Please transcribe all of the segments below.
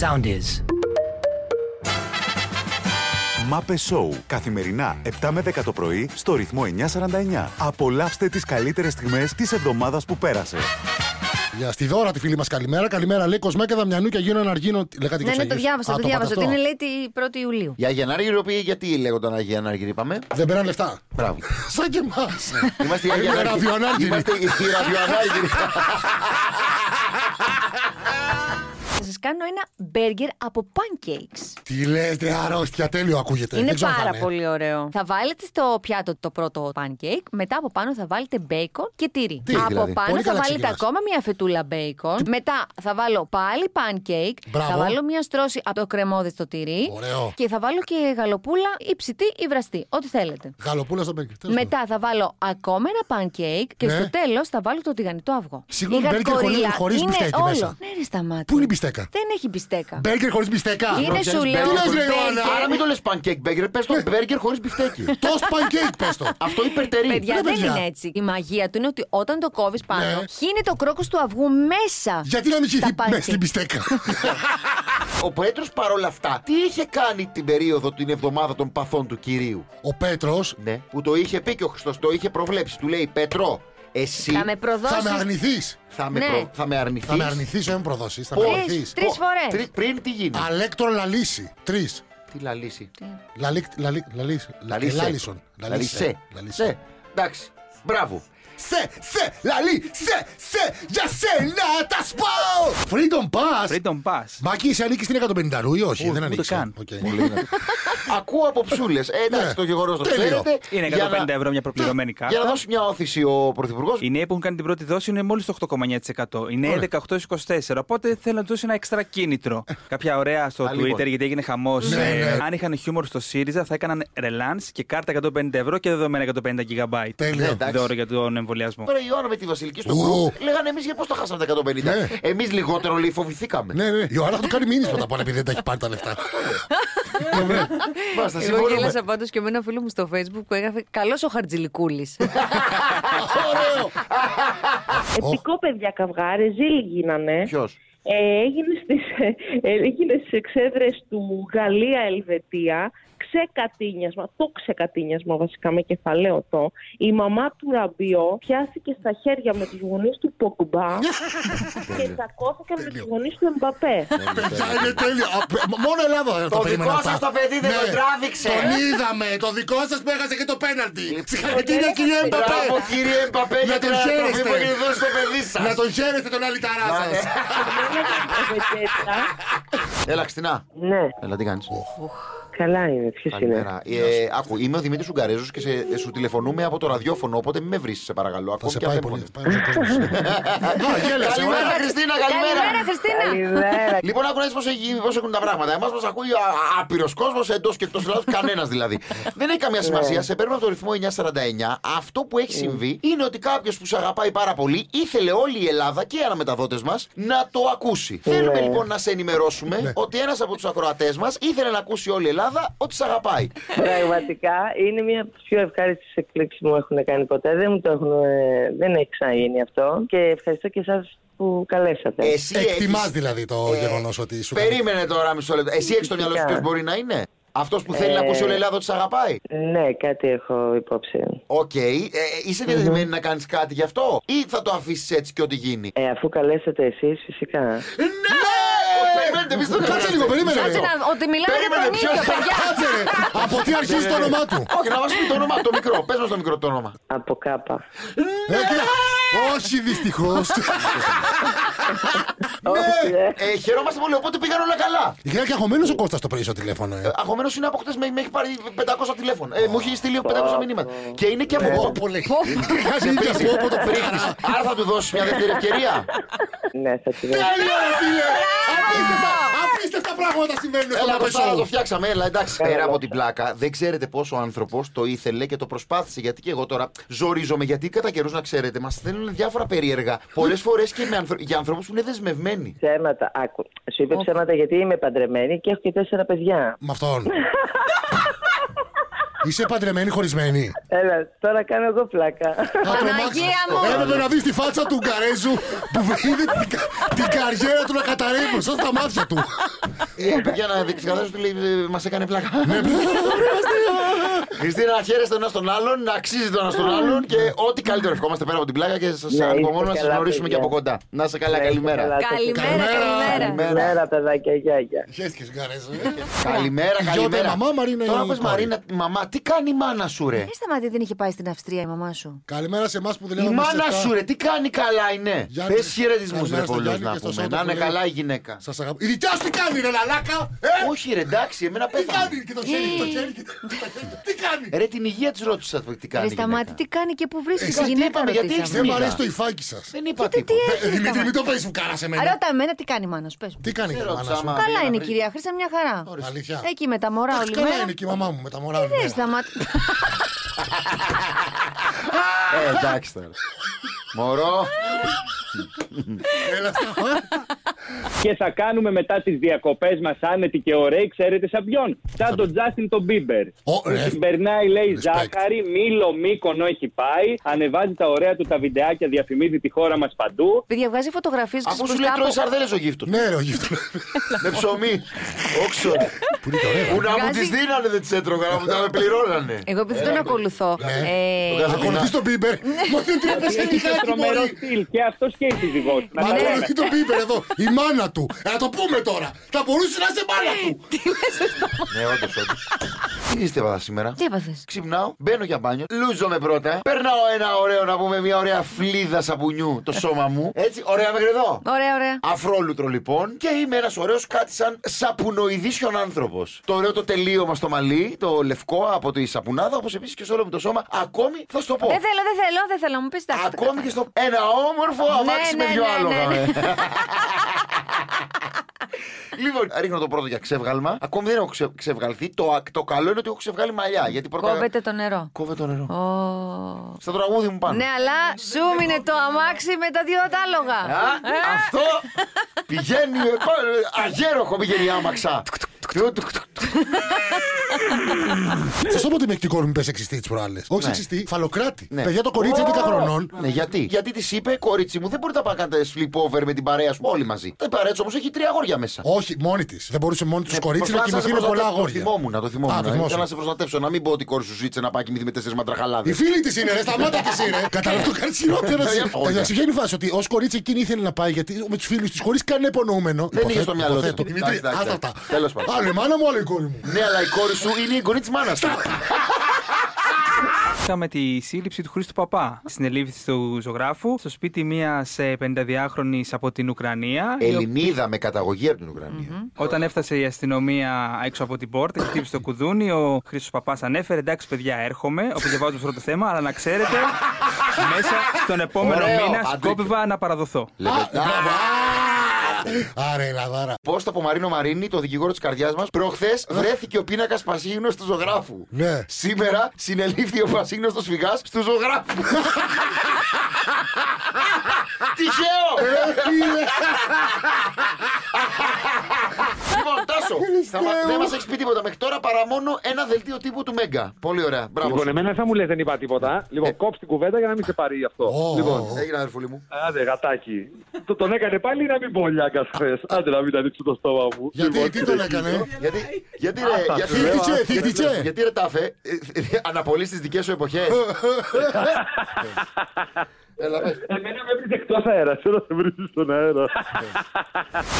Sound is. Μάπε Σόου. Καθημερινά 7 με 10 το πρωί στο ρυθμό 949. Απολαύστε τις καλύτερες στιγμές της εβδομάδας που πέρασε. Για στη δώρα τη φίλη μας, καλημέρα. Καλημέρα, λέει Κοσμέκα Δαμιανού και Αγίων Αναργίνων. Λέγατε και Ναι, τους ναι, το Αγίους. διάβασα, Α, το διάβασα. είπατε Ότι είναι αυτό. λέει τη 1η Ιουλίου. Για Γενάργυρο, οποίοι γιατί λέγονταν Αγία Ανάργυρη, είπαμε. Δεν πέραν λεφτά. Μπράβο. Σαν και εμάς. Ναι. Είμαστε οι Άγιοι Είμαστε Ανάργυροι. ραδιοανάργυροι. Είμαστε οι οι ραδιοανάργυροι. Θα σας κάνω ένα μπέργκερ από pancakes. Τι λέτε, αρρώστια, τέλειο ακούγεται. Είναι Ε, Δεν ξέρω αν πάρα θα πολύ ωραίο. Θα βάλετε στο πιάτο το πρώτο pancake, μετά από πάνω θα βάλετε μπέικον και τυρί. Τι, από δηλαδή. πάνω Πολύ θα καλά βάλετε ξεκινάς. ακόμα μια φετούλα μπέικον. Μετά θα βάλω πάλι pancake. Μπράβο. Θα βάλω μια στρώση από το κρεμόδι στο τυρί. Ωραίο. Και θα βάλω και γαλοπούλα ή ψητή ή βραστή. Ό,τι θέλετε. Γαλοπούλα στο μπέργκερ. τέλος πάντων. Μετά θα βάλω ακόμα ένα pancake και Ναι. στο τέλος θα βάλω το τηγανιτό αυγό. Συγγνώμη, Η μπέργκερ χωρί- γατκορίλα χωρίς είναι μπιστέκι όλο. μέσα. Ναι, ρε, σταμάτη. Πού είναι η μπιστέκα? Δεν έχει μπιστέκα. Μπέργκερ χωρίς μπιστέκα. Είναι ξέρεις, σου λέω. μπέργκερ. Τι λες, ρε, Ιωάννα? μπέργκερ. Άρα μην το λες pancake burger, πες το burger χωρί μπιφτέκι. Τόστ pancake, πες το. Αυτό υπερτερεί. Παιδιά, Ρε, δεν παιδιά. είναι έτσι. Η μαγεία του είναι ότι όταν το κόβεις πάνω, Ναι. χύνει το κρόκος του αυγού μέσα. Γιατί να μην στα χυθεί pancake. μέσα στην πιστέκα. Ο Πέτρος παρόλα αυτά, τι είχε κάνει την περίοδο, την εβδομάδα των παθών του κυρίου. Ο Πέτρος Ναι. Που το είχε πει και ο Χριστός, το είχε προβλέψει. Του λέει Πέτρο, εσύ θα Θα με με προδώσεις. αρνηθείς. θα με, Ναι. προ- θα με αρνηθείς. Θα με αρνηθείς, όχι με προδώσεις. Θα με Πώς? αρνηθείς. Τρεις Ω, φορές. τρι- πριν τι γίνει. Αλέκτρον Λαλίση. Τρεις. Τι λαλήσει. ε, Λαλίσε. Λαλίσον. Λαλίσε. Ναι, εντάξει. Μπράβο. Σε, σε, λαλί, σε, σε, για σένα τα σπάω! Freedom Pass! Freedom Pass. Μάκη, είσαι ανήκεις στην 150 ή όχι, Ούτε δεν ανήκει. καν. Ακούω από ψούλες. Ναι. εντάξει, το γεγονός το Τέλειο. ξέρετε. Είναι Για 150 να- ευρώ μια προπληρωμένη Για να κάρτα. δώσει μια όθηση ο Πρωθυπουργός. Οι νέοι που έχουν κάνει την πρώτη δόση είναι μόλις το 8,9%. Είναι 11-8-24. Οπότε θέλω να τους δώσει ένα έξτρα κίνητρο. Κάποια ωραία στο Α, Twitter, λοιπόν. γιατί έγινε χαμός. Ναι, ναι. Αν είχαν χιούμορ στο ΣΥΡΙΖΑ, θα έκαναν ρελάνς και κάρτα 150 ευρώ και δεδομένα 150 GB. Τέλειο. εντάξει. Δώρο για τον εμβολιασμό. Πέρα η Ιωάννα με τη Βασιλική στο Ου. γκρουπ. Λέγανε εμείς για πώς το χάσαμε τα 150. Ναι. Εμείς λιγότερο λέει φοβηθήκαμε. Ναι, ναι. Η Ιωάννα θα του κάνει μήνυμα τα πάνω επειδή δεν τα έχει πάρει τα λεφτά. Μάλιστα, Εγώ συμφωνούμε. γέλασα πάντως και με ένα φίλο μου στο Facebook που έγραφε Καλός ο Χαρτζηλικούλης. Ωραίο! Ναι. Επικό παιδιά καυγάρε, ζήλοι γίνανε. Ποιος. Ε, έγινε, στις, έγινε στις εξέδρες του Γαλλία-Ελβετία ξεκατίνιασμα, το ξεκατίνιασμα βασικά με κεφαλαίο το. Η μαμά του Ραμπιό πιάστηκε στα χέρια με τους γονείς του Πογκμπά και τσακώθηκε με τους γονείς του Εμπαπέ. Ναι. Παιδιά, είναι τέλειο. Α, μ- Μόνο Ελλάδα δεν Το περίμενα δικό σας αυτά. το παιδί δεν Ναι. τον τράβηξε. Τον είδαμε. Το δικό σας που έχασε και το Ε, πέναλτι. Συγχαρητήρια, κύριε Μπράβο Εμπαπέ. κύριε Εμπαπέ Να για την τον ανατροφή χαίρεστε. που έχετε δώσει στο παιδί Ε, Να σα. τον χαίρεστε τον άλλη ταρά Να, σα. Έλα, Χριστίνα. ναι, Έλα, τι κάνεις. καλά είναι. Ποιος είναι. Καλημέρα. Ε, άκου, είμαι ο Δημήτρης Ουγγαρέζος και σε, σου τηλεφωνούμε από το ραδιόφωνο, οπότε μην με βρεις, σε παρακαλώ. Θα Ακόμη σε και πάει αν δεν πολύ. μπορείς. θα πάει ο κόσμος. Α, γέλασε. Καλημέρα, ωραία. Χριστίνα, Καλημέρα, καλημέρα. Χριστίνα. Λοιπόν, άκου να δεις πώς έχει- πώς έχουν τα πράγματα. Εμάς μας ακούει άπειρος κόσμος εντός και εκτός Ελλάδα, κανένας δηλαδή. Δεν έχει καμία Ναι. σημασία. Σε παίρνουμε από το ρυθμό 949. Αυτό που έχει συμβεί είναι ότι κάποιος που σε αγαπάει πάρα πολύ ήθελε όλη η Ελλάδα και οι αναμεταδότες μας να το ακούσει. Ναι. Θέλουμε λοιπόν να σε ενημερώσουμε ότι ένας από τους ακροατές μας ήθελε να ακούσει όλη η Ελλάδα ότι σε αγαπάει. Πραγματικά είναι μία από τις πιο ευχάριστες εκπλήξεις που μου έχουν κάνει ποτέ. Δεν, μου το έχουν, ε, δεν έχει ξαναγίνει αυτό. Και ευχαριστώ και εσάς που Ναι. καλέσατε. Εσύ Εκτιμά έχεις- δηλαδή το Ε, γεγονός ότι σου κάνει- Περίμενε τώρα μισό λεπτό. Εσύ έχεις στο μυαλό σου Φυσικά. ποιος μπορεί να είναι. Αυτός που θέλει να Ε. ακούσει όλη η Ελλάδα ότι σε αγαπάει. Ναι, κάτι έχω υπόψη. Οκ. Ε, ε, είσαι διαδεδεμένη να κάνεις κάτι γι' αυτό, ή θα το αφήσεις έτσι και ό,τι γίνει. Ε, αφού καλέσατε εσείς φυσικά. Ναι! Ω, Περιμένετε, εμείς δεν Κάτσε λίγο, περίμενε. Κάτσε να. Ότι μιλάμε για Περίμενε, τον ποιος- ίδιο, παιδιά. Κάτσε ρε. Από τι αρχίζει το όνομά του. Όχι, να μας πει το όνομα, το μικρό. Πες μας το μικρό το όνομα. Από κάπα. Ε, τι- Όχι δυστυχώς. Όχι, ε. Ε, χαιρόμαστε πολύ, οπότε πήγαν όλα καλά. Είχε και αγχωμένος ο Κώστας το πρωί στο τηλέφωνο. ε. Αγχωμένος είναι από χτες, με με έχει πάρει 500 τηλέφωνα. Ε, μου έχει στείλει 500 μηνύματα. Και είναι και από Πω, εδώ. πολύ. Χάζει και από όπου το Πρίχτης. Άρα θα του δώσεις μια δεύτερη ευκαιρία. ναι, θα τη δω. Τέλειο, ρε φίλε! Απίστευτα, απίστευτα πράγματα συμβαίνουν στο Έλα, Κωνσταντά, το Μαπεσό. φτιάξαμε. Έλα, εντάξει. Πέρα από την πλάκα, δεν ξέρετε πόσο ο άνθρωπος το ήθελε και το προσπάθησε. Γιατί και εγώ τώρα ζορίζομαι. Γιατί κατά καιρούς, να ξέρετε, μας στέλνουν διάφορα περίεργα. Πολλές φορές και με ανθρω- για ανθρώπους που είναι δεσμευμένοι. Ψέματα, άκου. Σου είπε ψέματα γιατί είμαι παντρεμένη και έχω και τέσσερα παιδιά. Με αυτόν. Είσαι παντρεμένη, χωρισμένη. Έλα, τώρα κάνω εγώ πλάκα. Να Παναγία τρομάξεις. μου! Έπρεπε να δεις τη φάτσα του Γκαρέζου που είδε την, κα- την καριέρα του να καταρρεύει μπροστά στα μάτια του. Ε, παιδιά, να ξεκαθαρίσω ότι μας έκανε πλάκα. Ναι. Ναι. Χριστίνα, χαίρεστε ένα τον άλλον, να αξίζει τον ένα τον άλλον και ό,τι καλύτερο ευχόμαστε πέρα από την πλάκα και Ναι. είστε σα ανυπομονούμε να σας καλά, γνωρίσουμε και παιδιά. από κοντά. Να σε Να καλά, είστε καλά. καλημέρα. Καλημέρα, καλημέρα. Καλημέρα, παιδάκια, γεια, γεια. Χαίρεσκε, Γκαρέζου. Καλημέρα, Γιώτα, καλημέρα. μαμά, Μαρίνα, Τώρα η πες κόρη. Μαρίνα, τη μαμά, τι κάνει η μάνα σου, ρε. Δεν σταματή Ε, δεν είχε πάει στην Αυστρία η μαμά σου. Καλημέρα σε εμάς που Η δουλεύουμε. μάνα σου, ρε, τι κάνει καλά είναι. Γιάννη, Πες χαιρετισμούς, ρε, καλημέρα στο πολλούς Γιάννη να και στο πούμε. Σάντο Να είναι που λέει. καλά η γυναίκα. Σας αγαπώ. Η δικιά σου τι κάνει, ρε Λαλάκα! Ε! Όχι, ρε, εντάξει, εμένα Τι πέθανε. κάνει και το χέρι, το χέρι, και το το χέρι. Τι κάνει! Ε, Ρε, την υγεία της ρώτησα το τι κάνει. Ρε η σταμάτη, γυναίκα. τι κάνει και πού βρίσκει Εσύ η τι γυναίκα είπαμε, γιατί ρωτήσαμε. έχεις Δεν μου μοίρα. αρέσει το υφάκι σας. Δεν είπα Κοίτα τι τίποτα. έχεις, Δημήτρη, σταμάτη. μην το facebook κάνα σε Άρα, μένα. Ρώτα εμένα τι κάνει η μάνα σου, πες μου. Τι κάνει η Δεν μάνα ρώτησα, σου. άμα Καλά πήγα είναι πριν. κυρία Χρήσα, μια χαρά. Αλήθεια. Εκεί με τα μωρά Εντάξει, όλη Καλά μέρα. είναι και η μαμά μου με τα μωρά. όλη Ρε μέρα. σταμάτη. Ε, εντάξει τώρα. Μωρό. Έλα, σταμάτη. Και θα κάνουμε μετά τις διακοπές μας άνετοι και ωραίοι, ξέρετε σαν ποιον. Σαν τον Τζάστιν τον Μπίμπερ. Ω, ρε. Την περνάει, λέει, Respect. ζάχαρη, μήλο, μήκονο έχει πάει. Ανεβάζει τα ωραία του τα βιντεάκια, διαφημίζει τη χώρα μας παντού. Παιδιά, βγάζει φωτογραφίες και Αφού σου σου λέει κάπου. τρώει σαρδέλες ο γύφτος. Ναι, ρε, ο γύφτος. Με ψωμί. Όξο. Που είναι το ωραίο. Που να μου Βγάζει- τι δίνανε δεν τις έτρωγα, να μου τα πληρώνανε. Εγώ επειδή τον ακολουθώ. ε, Το κάνω. Ακολουθείς τον Μπίμπερ. Μα δεν τρέπε σε Έχει λιγάκι, τρομερό μωρή. στυλ και αυτός και η σύζυγό του. Να Μα τα λέμε. ακολουθεί τον Μπίμπερ εδώ. Η μάνα του. Ε, Να το πούμε τώρα. Θα μπορούσε να είσαι μάνα του. Ναι, όντως, όντως. Τι είστε βαδά σήμερα. Τι έπαθες. Ξυπνάω, μπαίνω για μπάνιο, λούζομαι πρώτα. Περνάω ένα ωραίο, να πούμε, μια ωραία φλίδα σαπουνιού το σώμα μου. Έτσι, ωραία μέχρι εδώ. Ωραία, ωραία. Αφρόλουτρο λοιπόν και είμαι ένας ωραίος κάτι σαν σαπουνοειδήσιον άνθρωπος. Το ωραίο το τελείωμα στο μαλλί, το λευκό από τη σαπουνάδα, όπως επίσης και σε όλο μου το σώμα. Ακόμη θα σου το πω. Ε, Δεν θέλω, δεν θέλω, δεν θέλω. Μου πεις εντάξει. Ακόμη και στο ένα όμορφο αμάξι Ναι, με ναι, δυο ναι, άλογα. ναι, ναι. ε. Λοιπόν, ρίχνω το πρώτο για ξεύγαλμα. Ακόμη δεν έχω ξε- ξευγαλθεί. Το, το καλό είναι ότι έχω ξευγάλει μαλλιά. Γιατί πρώτα... Κόβεται το νερό. Κόβε το νερό. Ω. Στο τραγούδι μου πάνω. Ναι, αλλά σου μείνε το αμάξι με τα δύο Α, τάλογα. αυτό πηγαίνει. ε, πα- Αγέροχο πηγαίνει η άμαξα. Θα σου πω τι μεκτικό μου είπε σεξιστή τις προάλλες. Όχι σεξιστή, φαλοκράτη. Ναι. Παιδιά το κορίτσι Ω! 11 χρονών. Ναι, γιατί. Γιατί της είπε, κορίτσι μου, δεν μπορείτε να πάτε να κάνετε sleepover με την παρέα σου όλοι μαζί. Η παρέα όμως έχει τρία αγόρια μέσα. Όχι, μόνη της. Δεν μπορούσε μόνη τη Ναι, κορίτσι να προσπάθησα κοιμηθεί με προστατεύσω. πολλά Το αγόρια. θυμόμουν, το Α, θυμόμουν. το ε. θυμόσαι. Ήθελα να σε προστατεύσω, να μην πω ότι η κόρη σου ζήτησε να πάει να κοιμηθεί με τέσσερις Η μαντραχαλάδε. φίλη της είναι, ρε, σταμάτα τη Ε, είναι. Κατάλαβες το κάνει χειρότερο. Ναι, όχι. Να σου βγαίνει η φάση ότι ως κορίτσι εκείνη ήθελε να πάει γιατί με τους φίλους της χωρίς κανένα υπονοούμενο. Δεν είχε στο μυαλό της. υποθέτω. Εντάξει, Δημήτρη, εντάξει, άστα αυτά. εντάξει. Τέλος πάντων. Άλλο η μάνα μου, άλλο η κόρη μου. Ναι, αλλά η κόρη σου είναι η εγγονή της μάνας σου. Είχαμε τη σύλληψη του Χρήστου Παπά. Συνελήφθη του ζωγράφου στο σπίτι μια 52χρονη από την Ουκρανία. η οποία- Ελληνίδα με καταγωγή από την Ουκρανία. Όταν έφτασε η αστυνομία έξω από την πόρτα και χτύπησε το κουδούνι, ο Χρήστος Παπάς ανέφερε: Εντάξει, παιδιά, έρχομαι. Όπου διαβάζω αυτό το θέμα, αλλά να ξέρετε, μέσα στον επόμενο Ωραίο, μήνα αντρίκιο. σκόπευα να παραδοθώ. Λεβε- Άρα η λαδάρα. Πώς το Πομαρίνο Μαρίνη, το δικηγόρο της καρδιάς μας, προχθές βρέθηκε ο πίνακας Πασίγνο του ζωγράφου. Ναι. Σήμερα συνελήφθη ο Πασίγνο του σφυγά του ζωγράφου. Τυχαίο! λοιπόν, Τάσο, θα μα- δεν μας έχεις πει τίποτα μέχρι τώρα παρά μόνο ένα δελτίο τύπου του Μέγκα. Πολύ ωραία. Μπράβο. Λοιπόν, σου. εμένα θα μου λες δεν είπα τίποτα. Λοιπόν, κόψει την κουβέντα για να μην σε πάρει αυτό. Ε. Ω, Λοιπόν, ω, ω. Έγινε, αδερφούλη μου. άντε γατάκι. Το- τον έκανε πάλι να μην πω λιάγκας χθες. Άντε να μην τα ανοίξω το στόμα μου. Γιατί Λοιπόν, τι ε, τον έκανε. Γιατί, γιατί ρε, γιατί, Θύτηκε, ρε, θύτηκε. γιατί- γιατί ρε τάφε, ε, ε, αναπολύς τις δικές σου εποχές. Έλα, πες. Εμένα με βρεις εκτός αέρας. Θέλω να σε βρεις στον αέρα.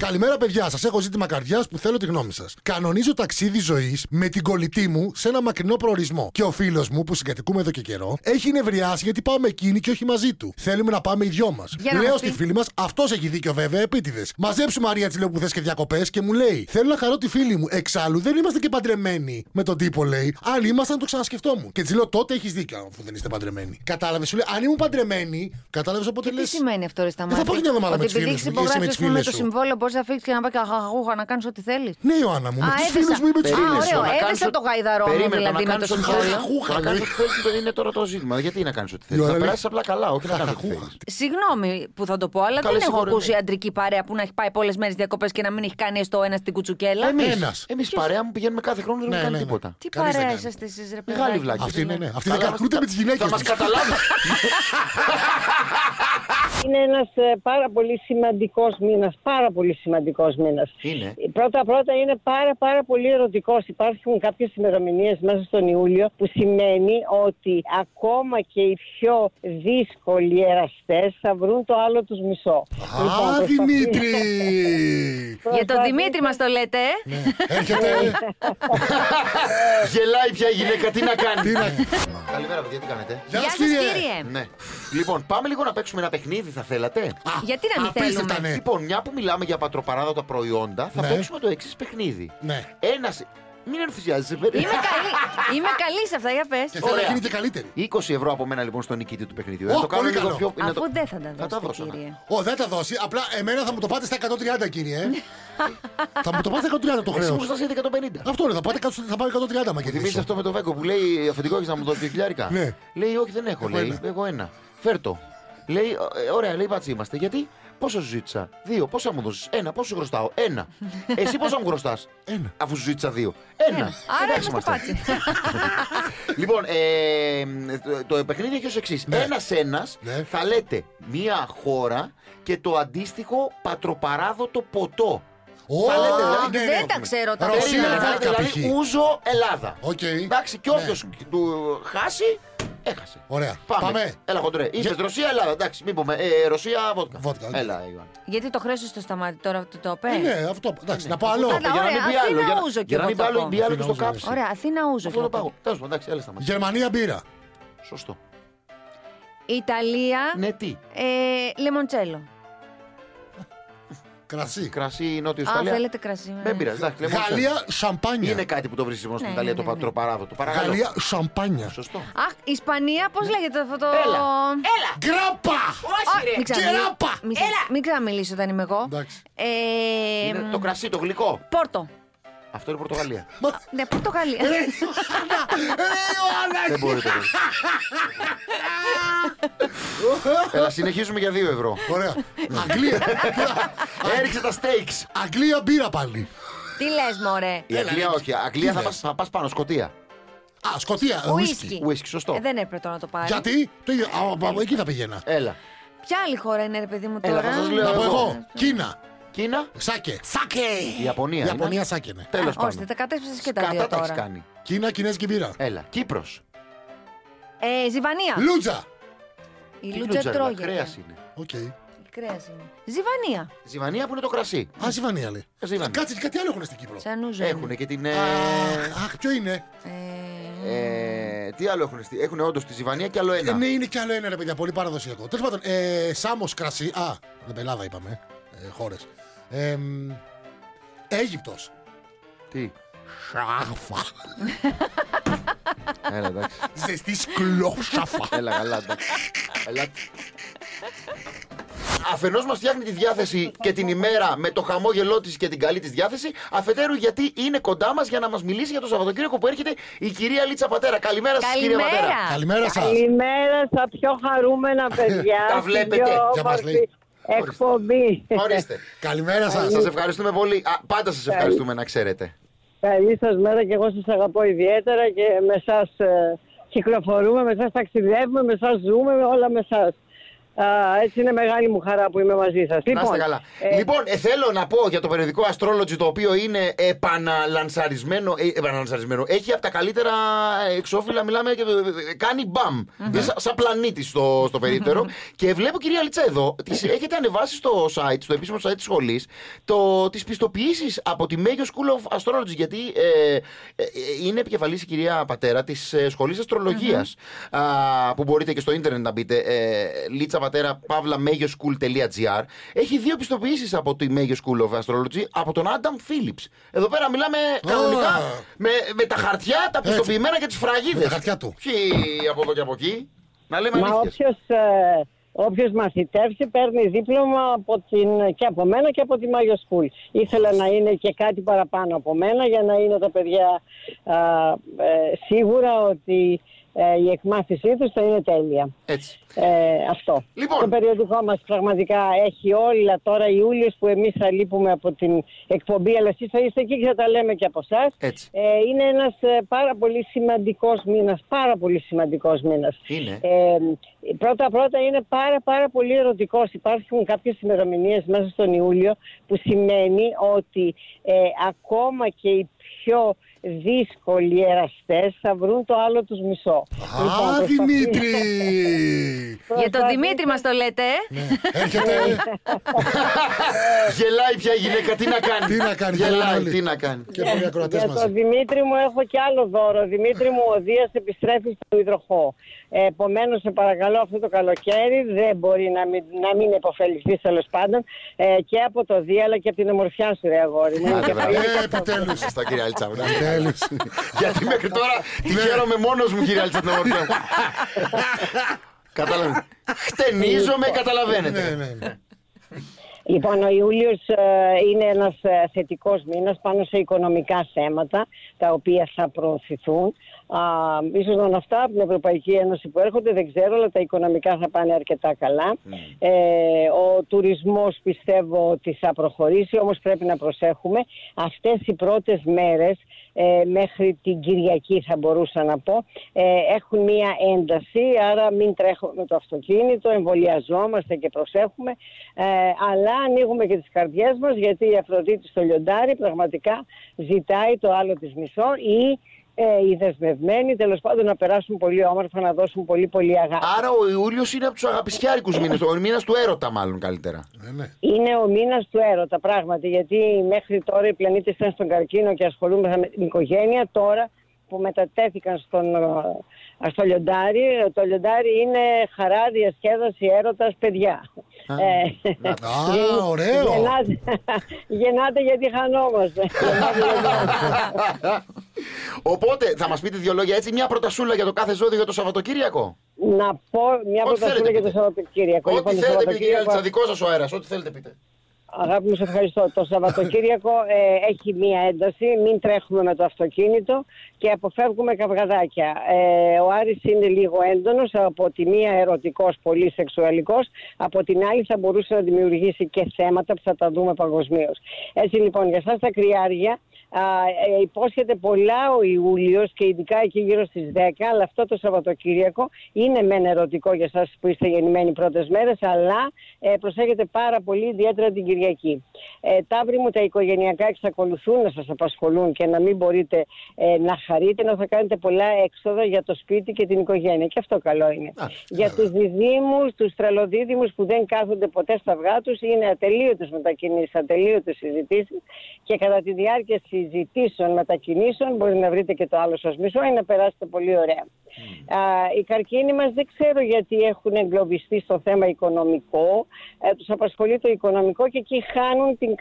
Καλημέρα, παιδιά. Σας έχω ζήτημα καρδιάς που θέλω τη γνώμη σας. Κανονίζω ταξίδι ζωής με την κολλητή μου σε ένα μακρινό προορισμό. Και ο φίλος μου που συγκατοικούμε εδώ και καιρό έχει νευριάσει γιατί πάω με εκείνη και όχι μαζί του. Θέλουμε να πάμε οι δυο μας. Για να Λέω μας στη πει. φίλη μας, αυτός έχει δίκιο βέβαια, επίτηδες. Μαζέψου Μαρία τη λέω που θε και διακοπές και μου λέει: Θέλω να χαρώ τη φίλη μου. Εξάλλου δεν είμαστε και παντρεμένοι με τον τύπο, λέει. Αν ήμασταν, το ξανασκεφτόμουν. Και της λέω: Τότε έχεις δίκιο, αφού δεν είστε παντρεμένοι. Κατάλαβες, σου λέει: Αν ήμουν παντρεμένη, Ισχύει. Κατάλαβες οπότε Και λε. τι σημαίνει αυτό, ρε Σταμάτη. Δεν Ε, θα πάω μια εβδομάδα με Ότι τις επειδή φίλες έχεις μου, εσύ με τις υπογράψει, ας πούμε, φίλες το σου. συμβόλαιο, μπορείς να φύγεις και να πάει καχαγούχα να κάνεις ό,τι θέλεις. Ναι, Ιωάννα μου, με του φίλου μου ή με του Α, φίλου ωραίο. Να έδεσα κάνεις το ό- γαϊδαρό μου, Περίμενε, δηλαδή, να με κάνεις το ό,τι συμβόλαιο. θέλεις. Να κάνεις ό,τι θέλεις, παιδί, είναι τώρα το ζήτημα. Γιατί να κάνεις ό,τι θέλεις. Ιωάννα Να λέει- περάσεις απλά καλά, όχι να κάνεις ό,τι Χαχαχούχα. θέλεις. Συγγνώμη που θα το πω, αλλά Καλέ, δεν έχω συγχωρέμε. ακούσει ναι. αντρική παρέα που να έχει πάει πολλές μέρες διακοπές και να μην έχει κάνει έστω ένα στην κουτσουκέλα. Εμείς. Εμείς- Εμείς παρέα μου πηγαίνουμε κάθε χρόνο, δεν Ναι, έχουμε κάνει ναι, ναι. τίποτα. Τι Ε, Κανείς δεν παρέα κάνει. είσαστε εσείς, ρε παιδάκι. Μεγάλη βλάκη. Αυτή είναι, ναι. Αυτή Καλά, δεν κάνει μας- ούτε με τις γυναίκες. Θα μας καταλάβει. Είναι ένας ε, πάρα πολύ σημαντικός μήνας, πάρα πολύ σημαντικός μήνας. Είναι. Πρώτα-πρώτα είναι πάρα πάρα πολύ ερωτικός. Υπάρχουν κάποιες ημερομηνίες μέσα στον Ιούλιο που σημαίνει ότι ακόμα και οι πιο δύσκολοι εραστές θα βρουν το άλλο τους μισό. Λοιπόν, Α, προσπαθεί- Δημήτρη! Για τον Δημήτρη μας το λέτε, ε. Ναι, Έρχεται. Γελάει πια η γυναίκα, τι να Τι κάνει. να. Καλημέρα, παιδιά, τι κάνετε. Γεια Γεια σας, σας, κύριε. Ναι. Λοιπόν, πάμε λίγο να παίξουμε ένα παιχνίδι, θα θέλατε. Α, Γιατί να μην απίστευτα, θέλουμε. ναι. Λοιπόν, μια που μιλάμε για πατροπαράδοτα προϊόντα, θα Ναι. παίξουμε το εξής παιχνίδι. Ναι. Ένας. Μην ενθουσιάζεσαι, παιδί. Είμαι καλή. Είμαι καλή σε αυτά, για πες. Και θέλω να Ωραία. γίνει και καλύτερη. 20 ευρώ από μένα λοιπόν στον νικητή του παιχνιδιού. Ω, Να το κάνω πολύ λίγο καλό. πιο. να το- Αφού δεν θα τα Να τα δώσετε, δώσω, ναι. κύριε. Ω, δεν θα δώσει. Απλά εμένα θα μου το πάτε στα 130, κύριε. Ε. θα μου το πάτε στα 130 το Εσύ χρέος. μου ζητάς 150. Αυτό ρε, θα πάτε κάτω, στο- θα πάρει 130 μα Θυμίζει κερδίσω. αυτό με το Βέγκο που λέει «Ε, αφεντικό έχεις να μου δώσει δύο χιλιάρικα. Ναι. Λέει όχι δεν έχω, λέει. ένα. Εγώ ένα. Φέρτο. Λέει «Ε, ωραία, λέει πατσί είμαστε. Γιατί πόσα σου ζήτησα. Δύο. Πόσα μου δώσεις. Ένα. Πόσο σου χρωστάω. Ένα. Εσύ πόσα μου χρωστάς. Ένα. Αφού σου ζήτησα δύο. Ένα. Άρα Ναι. Εντάξει είμαστε το είμαστε. πάτσι. Λοιπόν, ε, το, το παιχνίδι έχει ως εξής. Ναι. Ένα-ένα Ναι. θα λέτε μία χώρα και το αντίστοιχο πατροπαράδοτο ποτό. Ω, Θα λέτε, δηλαδή, ναι, ναι, Δεν έχουμε. τα ξέρω τα Ρωσία, Περίμενε, θα παιδιά. βάρκα, λέτε, π.χ. δηλαδή ούζο Ελλάδα. Οκ. Εντάξει, και Ναι. όποιο του χάσει, έχασε. Ωραία. Πάμε. Πάμε. Έλα χοντρέ. Είπε Ρωσία, Ελλάδα. Εντάξει, μην πούμε. Ε, Ρωσία, βότκα. Βότκα, οκ. Έλα, Ιωάννη. Γιατί το χρέος στο σταμάτη τώρα το το Ε, πες. Ναι, αυτό. Εντάξει, να πάω άλλο. Αυτά τα Για να μην ωραία, πει άλλο. Αθήνα Για να- ούζο κι για να εγώ μην πει θα άλλο, πω. πει άλλο και στο Αθήνα ούζο, κάψι. Ωραία, Αθήνα ούζο. Αυτό το πάγω. Τέλος πάντων, εντάξει, έλα στα μάτια. Γερμανία μπύρα. Σωστό. Ιταλία, Ναι, τι. ε, λεμοντσέλο. Κρασί. Κρασί Νότιο Α, Ιταλία. θέλετε κρασί. με. Δεν πειράζει. εντάξει, λέμε, Γαλλία όχι. Είναι σαμπάνια. κάτι που το βρίσκει μόνο στην Ναι, Ιταλία ναι, το ναι, ναι. πατροπαράδοτο. Παρακαλώ. Ναι. Γαλλία σαμπάνια. Σωστό. Αχ, Ισπανία, πώς λέγεται αυτό το. Ναι. Έλα. Γκράπα! Ω, μην ξαναμιλ- Κεράπα. μην ξα- Μην ξαναμιλήσω όταν είμαι εγώ. Εντάξει. Ε, Είναι το κρασί, το γλυκό. Πόρτο. Αυτό είναι Πορτογαλία. Μα- Ναι, Πορτογαλία. Ε, Ιωάννα, Δεν μπορείτε. παιδιά. Έλα, συνεχίζουμε για 2 ευρώ. ε, Ωραία. Αγγλία. Έριξε τα steaks. Αγγλία μπύρα πάλι. Τι λες, μωρέ. Η Αγγλία όχι. Αγγλία θα λες? πας, θα πας πάνω, Σκοτία. Α, Σκοτία. Ουίσκι. Ε, Ουίσκι, σωστό. Ε, δεν έπρεπε τώρα να το πάρει. Γιατί? Το ίδιο. Α, α, Εκεί θα πηγαίνα. Έλα. Ποια άλλη χώρα είναι, ρε παιδί μου Έλα, τώρα. θα σας λέω Να πω εγώ. εγώ. Κίνα. Κίνα, Σάκε. Σάκε. η Ιαπωνία. είναι. Ιαπωνία σάκε, ναι. Τέλος Ε, Α, πάντων. Ώστε, τα κατέσπασε και τα Κατά δύο τα έχεις τώρα. κάνει. Κίνα, Κινέζικη μπύρα. Έλα. Κύπρος. Ε, Ζιβανία. Λούτζα. Η Τι Λούτσα ρε, τρώγεται. Κρέας είναι. Οκ. Η κρέας είναι. Ζιβανία. Ζιβανία που είναι το κρασί. Α, Ζιβανία λέει. Ζιβανία. Κάτσε, κάτι άλλο έχουν στην Κύπρο. Σαν ούζο. Έχουν και την. ε, Αχ, αχ, ποιο είναι. Ε, ε, τι άλλο έχουν. Έχουν όντως τη Ζιβανία και άλλο Ε, ένα. ναι, είναι κι άλλο ένα ρε παιδιά, πολύ παραδοσιακό. Τέλος πάντων, ε, Σάμος κρασί. Α, με Ελλάδα είπαμε. Ε, Χώρες. Ε, Αίγυπτος. Τι. Σάφα. Έλα, εντάξει. Ζεστή σκλόφσαφα. Έλα, καλά, εντάξει. Ελάτε. Αφενός μας φτιάχνει τη διάθεση και την ημέρα με το χαμόγελό της και την καλή της διάθεση. Αφετέρου, γιατί είναι κοντά μας για να μας μιλήσει για το Σαββατοκύριακο που έρχεται η κυρία Λίτσα Πατέρα. Καλημέρα σας, κύριε Πατέρα. Καλημέρα. Καλημέρα σας. Καλημέρα στα πιο χαρούμενα παιδιά. Τα στην βλέπετε. πιο Για μας όμορφη λέει. Εκπομπή. Ορίστε. Καλημέρα σας. Σας ευχαριστούμε πολύ. Α, πάντα σας ευχαριστούμε, να ξέρετε. Καλή σας μέρα και εγώ σας αγαπώ ιδιαίτερα και με εσά κυκλοφορούμε, με εσά ταξιδεύουμε, με εσά ζούμε, με όλα με εσά. Έτσι είναι μεγάλη μου χαρά που είμαι μαζί σας. να είστε καλά. λοιπόν, ε, θέλω να πω για το περιοδικό Astrology το οποίο είναι επαναλανσαρισμένο. Ε, επαναλανσαρισμένο. Έχει από τα καλύτερα ε, εξώφυλλα, μιλάμε και. ε, ε, κάνει μπαμ. Είναι σα- σαν πλανήτη στο, στο περίπτερο. και βλέπω, κυρία Λίτσα, εδώ, τις έχετε ανεβάσει στο site, στο επίσημο site της σχολής, τις πιστοποιήσεις από τη Major School of Astrology. Γιατί ε, ε, ε, είναι επικεφαλής η κυρία Πατέρα της ε, σχολής που μπορείτε και στο ίντερνετ να μπείτε. Ε, Λίτσα Πατέρα, παύλα, majorschool.gr. Έχει δύο πιστοποιήσεις από τη Major School of Astrology από τον Άνταμ Phillips. Εδώ πέρα μιλάμε κανονικά με, με τα χαρτιά, τα πιστοποιημένα και τις φραγίδες. Με τα χαρτιά του. Ποιοι από εδώ και από εκεί. Να λέμε Μα αλήθειες. όποιο Όποιο μαθητεύσει παίρνει δίπλωμα από την, και από μένα και από τη Μάγιο School. Ήθελα να είναι και κάτι παραπάνω από μένα για να είναι τα παιδιά α, ε, σίγουρα ότι ε, η εκμάθησή τους θα είναι τέλεια. Έτσι. Ε, αυτό. Λοιπόν. Το περιοδικό μας πραγματικά έχει όλα τώρα Ιούλιος που εμείς θα λείπουμε από την εκπομπή αλλά εσείς θα είστε εκεί και θα τα λέμε και από εσάς. Έτσι. είναι ένας ε, πάρα πολύ σημαντικός μήνας, πάρα πολύ σημαντικός μήνας. Είναι. Ε, πρώτα πρώτα είναι πάρα πάρα πολύ ερωτικός. Υπάρχουν κάποιες ημερομηνίες μέσα στον Ιούλιο που σημαίνει ότι ε, ακόμα και οι πιο δύσκολοι εραστές θα βρουν το άλλο τους μισό. Λοιπόν, Α, προσπαθεί- Δημήτρη! Για τον Δημήτρη μας το λέτε, ε. Έρχεται. Γελάει πια η γυναίκα, τι να κάνει. Τι να κάνει, γελάνε Γελάει, όλοι. τι να κάνει. Και πολλοί ακροατές Για μαζί. τον Δημήτρη μου έχω και άλλο δώρο. Ο Δημήτρη μου, ο Δίας επιστρέφει στο υδροχό. Ε, Επομένως, σε παρακαλώ αυτό το καλοκαίρι δεν μπορεί να μην, να μην επωφεληθεί τέλος πάντων ε, και από το Δία αλλά και από την ομορφιά σου, ρε αγόρι μου. Άντε, Και βράδυ. πολύ- Ε, επιτέλους. Στα κύριε Αλτσά, μπράβο. Επιτέλους. Γιατί μέχρι τώρα τη χαίρομαι μόνος μου, κύριε Αλτσά, την ομορφιά μου. Κατάλαβε. Χτενίζομαι, Ναι, καταλαβαίνετε. ναι, ναι. Λοιπόν, ο Ιούλιος είναι ένας θετικός μήνας πάνω σε οικονομικά θέματα τα οποία θα προωθηθούν. Α, ίσως να είναι αυτά από την Ευρωπαϊκή Ένωση που έρχονται, δεν ξέρω, αλλά τα οικονομικά θα πάνε αρκετά καλά. Ε, ο τουρισμός πιστεύω ότι θα προχωρήσει, όμως πρέπει να προσέχουμε. Αυτές οι πρώτες μέρες ε, μέχρι την Κυριακή θα μπορούσα να πω, ε, έχουν μία ένταση, άρα μην τρέχουμε με το αυτοκίνητο, εμβολιαζόμαστε και προσέχουμε, ε, αλλά ανοίγουμε και τις καρδιές μας, γιατί η Αφροδίτη στο λιοντάρι πραγματικά ζητάει το άλλο της μισό ή ε, οι δεσμευμένοι τέλος πάντων να περάσουν πολύ όμορφα, να δώσουν πολύ πολύ αγάπη. Άρα ο Ιούλιος είναι από τους αγαπησιάρικους μήνες, ο μήνας του έρωτα μάλλον καλύτερα. Ναι, ναι. Είναι ο μήνας του έρωτα, πράγματι. Γιατί μέχρι τώρα οι πλανήτες ήταν στον καρκίνο και ασχολούμαστε με την οικογένεια. Τώρα που μετατέθηκαν στον, ε, στο λιοντάρι, το λιοντάρι είναι χαρά, διασκέδαση, έρωτας, παιδιά. Ε, Α, γεν- ωραίο. Γεννάτε, γεννάτε γιατί χανόμαστε. Οπότε θα μας πείτε δύο λόγια έτσι, μια πρωτασούλα για το κάθε ζώδιο για το Σαββατοκύριακο. Να πω μια Ό,τι πρωτοβουλία θέλετε, για το πείτε. Σαββατοκύριακο. Λοιπόν, Ό,τι το θέλετε, πείτε, κύριε Σαββατοκύριακο- Αλτσα, δικό σας ο αέρας, ό,τι θέλετε πείτε. Αγάπη μου, σε ευχαριστώ. Το Σαββατοκύριακο ε, έχει μία ένταση. Μην τρέχουμε με το αυτοκίνητο και αποφεύγουμε καυγαδάκια. Ε, ο Άρης είναι λίγο έντονος, από τη μία ερωτικός, πολύ σεξουαλικός, από την άλλη θα μπορούσε να δημιουργήσει και θέματα που θα τα δούμε παγκοσμίως. Έτσι λοιπόν, για σας τα κρυάρια, Α, ε, υπόσχεται πολλά ο Ιούλιος και ειδικά εκεί γύρω στις 10, αλλά αυτό το Σαββατοκύριακο είναι μεν ερωτικό για εσάς που είστε γεννημένοι πρώτες μέρες, αλλά ε, προσέχετε πάρα πολύ, ιδιαίτερα την Κυριακή. Ε, ταύρι μου, τα οικογενειακά εξακολουθούν να σας απασχολούν και να μην μπορείτε ε, να χαρείτε, να θα κάνετε πολλά έξοδα για το σπίτι και την οικογένεια. Και αυτό καλό είναι. για του διδήμου, τους τρελοδίδυμους που δεν κάθονται ποτέ στα αυγά τους, είναι ατελείωτες μετακινήσεις, ατελείωτες συζητήσεις και κατά τη διάρκεια συζητήσεων, μετακινήσεων, μπορεί να βρείτε και το άλλο σας μισό ή να περάσετε πολύ ωραία. Α, οι καρκίνοι μας δεν ξέρω γιατί έχουν εγκλωβιστεί στο θέμα οικονομικό. Ε, τους απασχολεί το οικονομικό και εκεί χάνουν την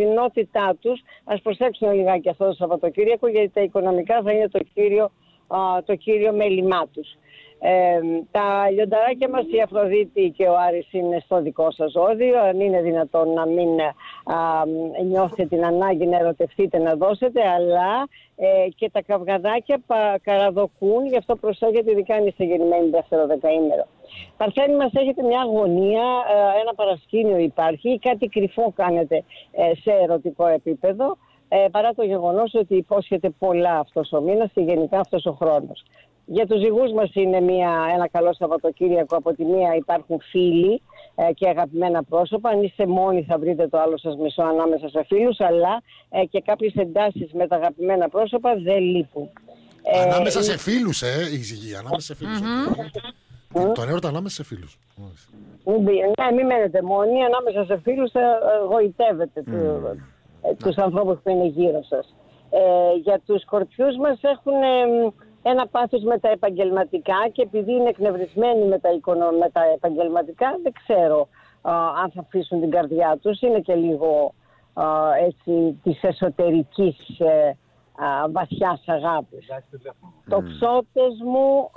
καθημερινότητά τους. Ας προσέξουν λιγάκι αυτό το Σαββατοκύριακο γιατί τα οικονομικά θα είναι το κύριο, α, το κύριο μέλημά τους. Ε, τα λιονταράκια μας η Αφροδίτη και ο Άρης είναι στο δικό σας ζώδιο αν είναι δυνατόν να μην α, νιώθετε την ανάγκη να ερωτευτείτε να δώσετε αλλά ε, και τα καυγαδάκια πα, καραδοκούν γι' αυτό προσέχετε ειδικά αν είστε γεννημένοι δεύτερο δεκαήμερο Παρθένη μας έχετε μια αγωνία, ε, ένα παρασκήνιο υπάρχει ή κάτι κρυφό κάνετε ε, σε ερωτικό επίπεδο ε, παρά το γεγονός ότι υπόσχεται πολλά αυτός ο μήνας και γενικά αυτός ο χρόνος. Για τους ζυγούς μας είναι μια, ένα καλό Σαββατοκύριακο. Από τη μία υπάρχουν φίλοι ε, και αγαπημένα πρόσωπα. Αν είστε μόνοι θα βρείτε το άλλο σας μισό ανάμεσα σε φίλους, αλλά ε, και κάποιες εντάσεις με τα αγαπημένα πρόσωπα δεν λείπουν. Ε, Ανάμεσα σε φίλους, ε, η ζυγή. Ανάμεσα σε φίλους. Τον έρωτα ανάμεσα σε φίλους. Μην, πει- ναι, μην μένετε μόνοι. Ανάμεσα σε φίλους γοητεύετε του, ε, τους ανθρώπους που είναι γύρω σας. Ε, για τους σκορπιούς μας έχουν ε, μ, ένα πάθος με τα επαγγελματικά και επειδή είναι εκνευρισμένοι με τα, οικονο- με τα επαγγελματικά δεν ξέρω α, αν θα αφήσουν την καρδιά τους. Είναι και λίγο α, έτσι, της εσωτερικής ε, α, βαθιάς αγάπης. Το ψώτες μου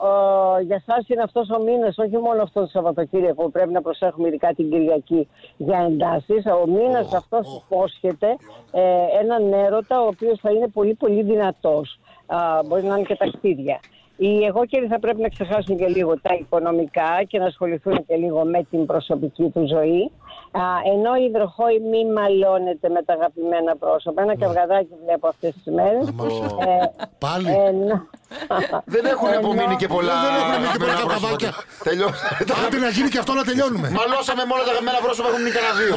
ε, για σας είναι αυτός ο μήνας, όχι μόνο αυτός το Σαββατοκύριακο που πρέπει να προσέχουμε ειδικά την Κυριακή για εντάσεις. Ο μήνας Οχ, αυτός οχ. υπόσχεται ε, έναν έρωτα ο οποίος θα είναι πολύ πολύ δυνατός. Α, μπορεί να είναι και ταξίδια. Οι εγώκεροι θα πρέπει να ξεχάσουν και λίγο τα οικονομικά και να ασχοληθούν και λίγο με την προσωπική του ζωή. Α, ενώ η υδροχόη μη μαλώνεται με τα αγαπημένα πρόσωπα. Ένα καυγαδάκι βλέπω αυτές τις μέρες. Ε, Πάλι. ενώ- Δεν έχουν ενώ- απομείνει και πολλά. Δεν έχουν μείνει και πολλά αγαπημένα πρόσωπα. καβάκια. Τελειώσαμε. τα- Άντε να γίνει και αυτό να τελειώνουμε. Μαλώσαμε μόνο τα αγαπημένα πρόσωπα, έχουν μείνει κανένα δύο.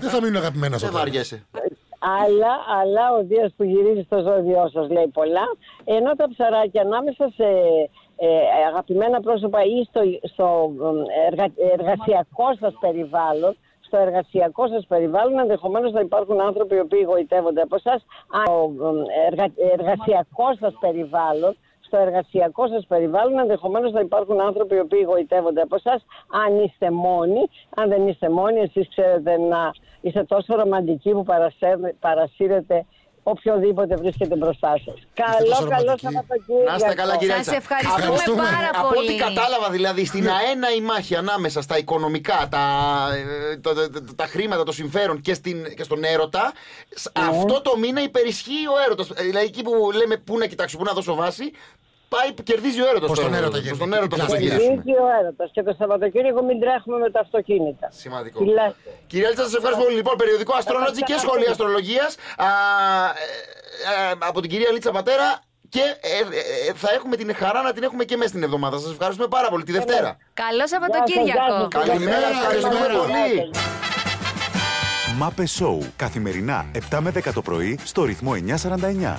Δεν θα μείνω αγαπημένα στο Δεν τέλος. βαριέσαι. Αλλά, αλλά ο Δίας που γυρίζει στο ζώδιό σας λέει πολλά. Ενώ τα ψαράκια ανάμεσα σε ε, αγαπημένα πρόσωπα ή στο, στο ε, εργα, εργασιακό σας περιβάλλον, στο εργασιακό σας περιβάλλον ενδεχομένως θα υπάρχουν άνθρωποι οι οποίοι γοητεύονται από εσάς. Αν το ε, εργα, εργασιακό σας περιβάλλον, στο εργασιακό σας περιβάλλον ενδεχομένως θα υπάρχουν άνθρωποι οι οποίοι γοητεύονται από εσά. αν είστε μόνοι. Αν δεν είστε μόνοι, εσείς ξέρετε να είστε τόσο ρομαντικοί που παρασέρνε- παρασύρετε οποιοδήποτε βρίσκεται μπροστά σας. τόσο Καλό, καλό ρομαντικοί. Σαββατοκύριακο. Να είστε καλά, κυρία Σας Έτσα. ευχαριστούμε Ευχαριστούμε. πάρα Από πολύ. ό,τι κατάλαβα, δηλαδή στην αένα η μάχη ανάμεσα στα οικονομικά, τα, ε, το- το- το- τα χρήματα, το συμφέρον και, στην, και στον έρωτα, σ- αυτό το μήνα υπερισχύει ο έρωτας. Δηλαδή εκεί που λέμε πού να κοιτάξω, πού να δώσω βάση, πάει, κερδίζει ο έρωτα. Προς τον έρωτα γίνεται. Στον έρωτα Διπλά που στοιχεία. γυρίζουμε. Λύγει ο έρωτας και το Σαββατοκύριακο μην τρέχουμε με τα αυτοκίνητα. Σημαντικό. Φιλάκια. Κυρία Λίτσα, σας ευχαριστώ πολύ. Λοιπόν, περιοδικό Astrology και σχολεία Αστρολογία ε, από την κυρία Λίτσα Πατέρα και ε, ε, ε, θα έχουμε την χαρά να την έχουμε και μέσα στην εβδομάδα. Σας ευχαριστούμε πάρα πολύ. Τη Δευτέρα. Καλό Γεια σας, γεια Σαββατοκύριακο. σας. Καλημέρα, ευχαριστούμε Καλημέρα. πολύ. Μάπε Σόου. Καθημερινά 7 με 10 το πρωί στο ρυθμό 949.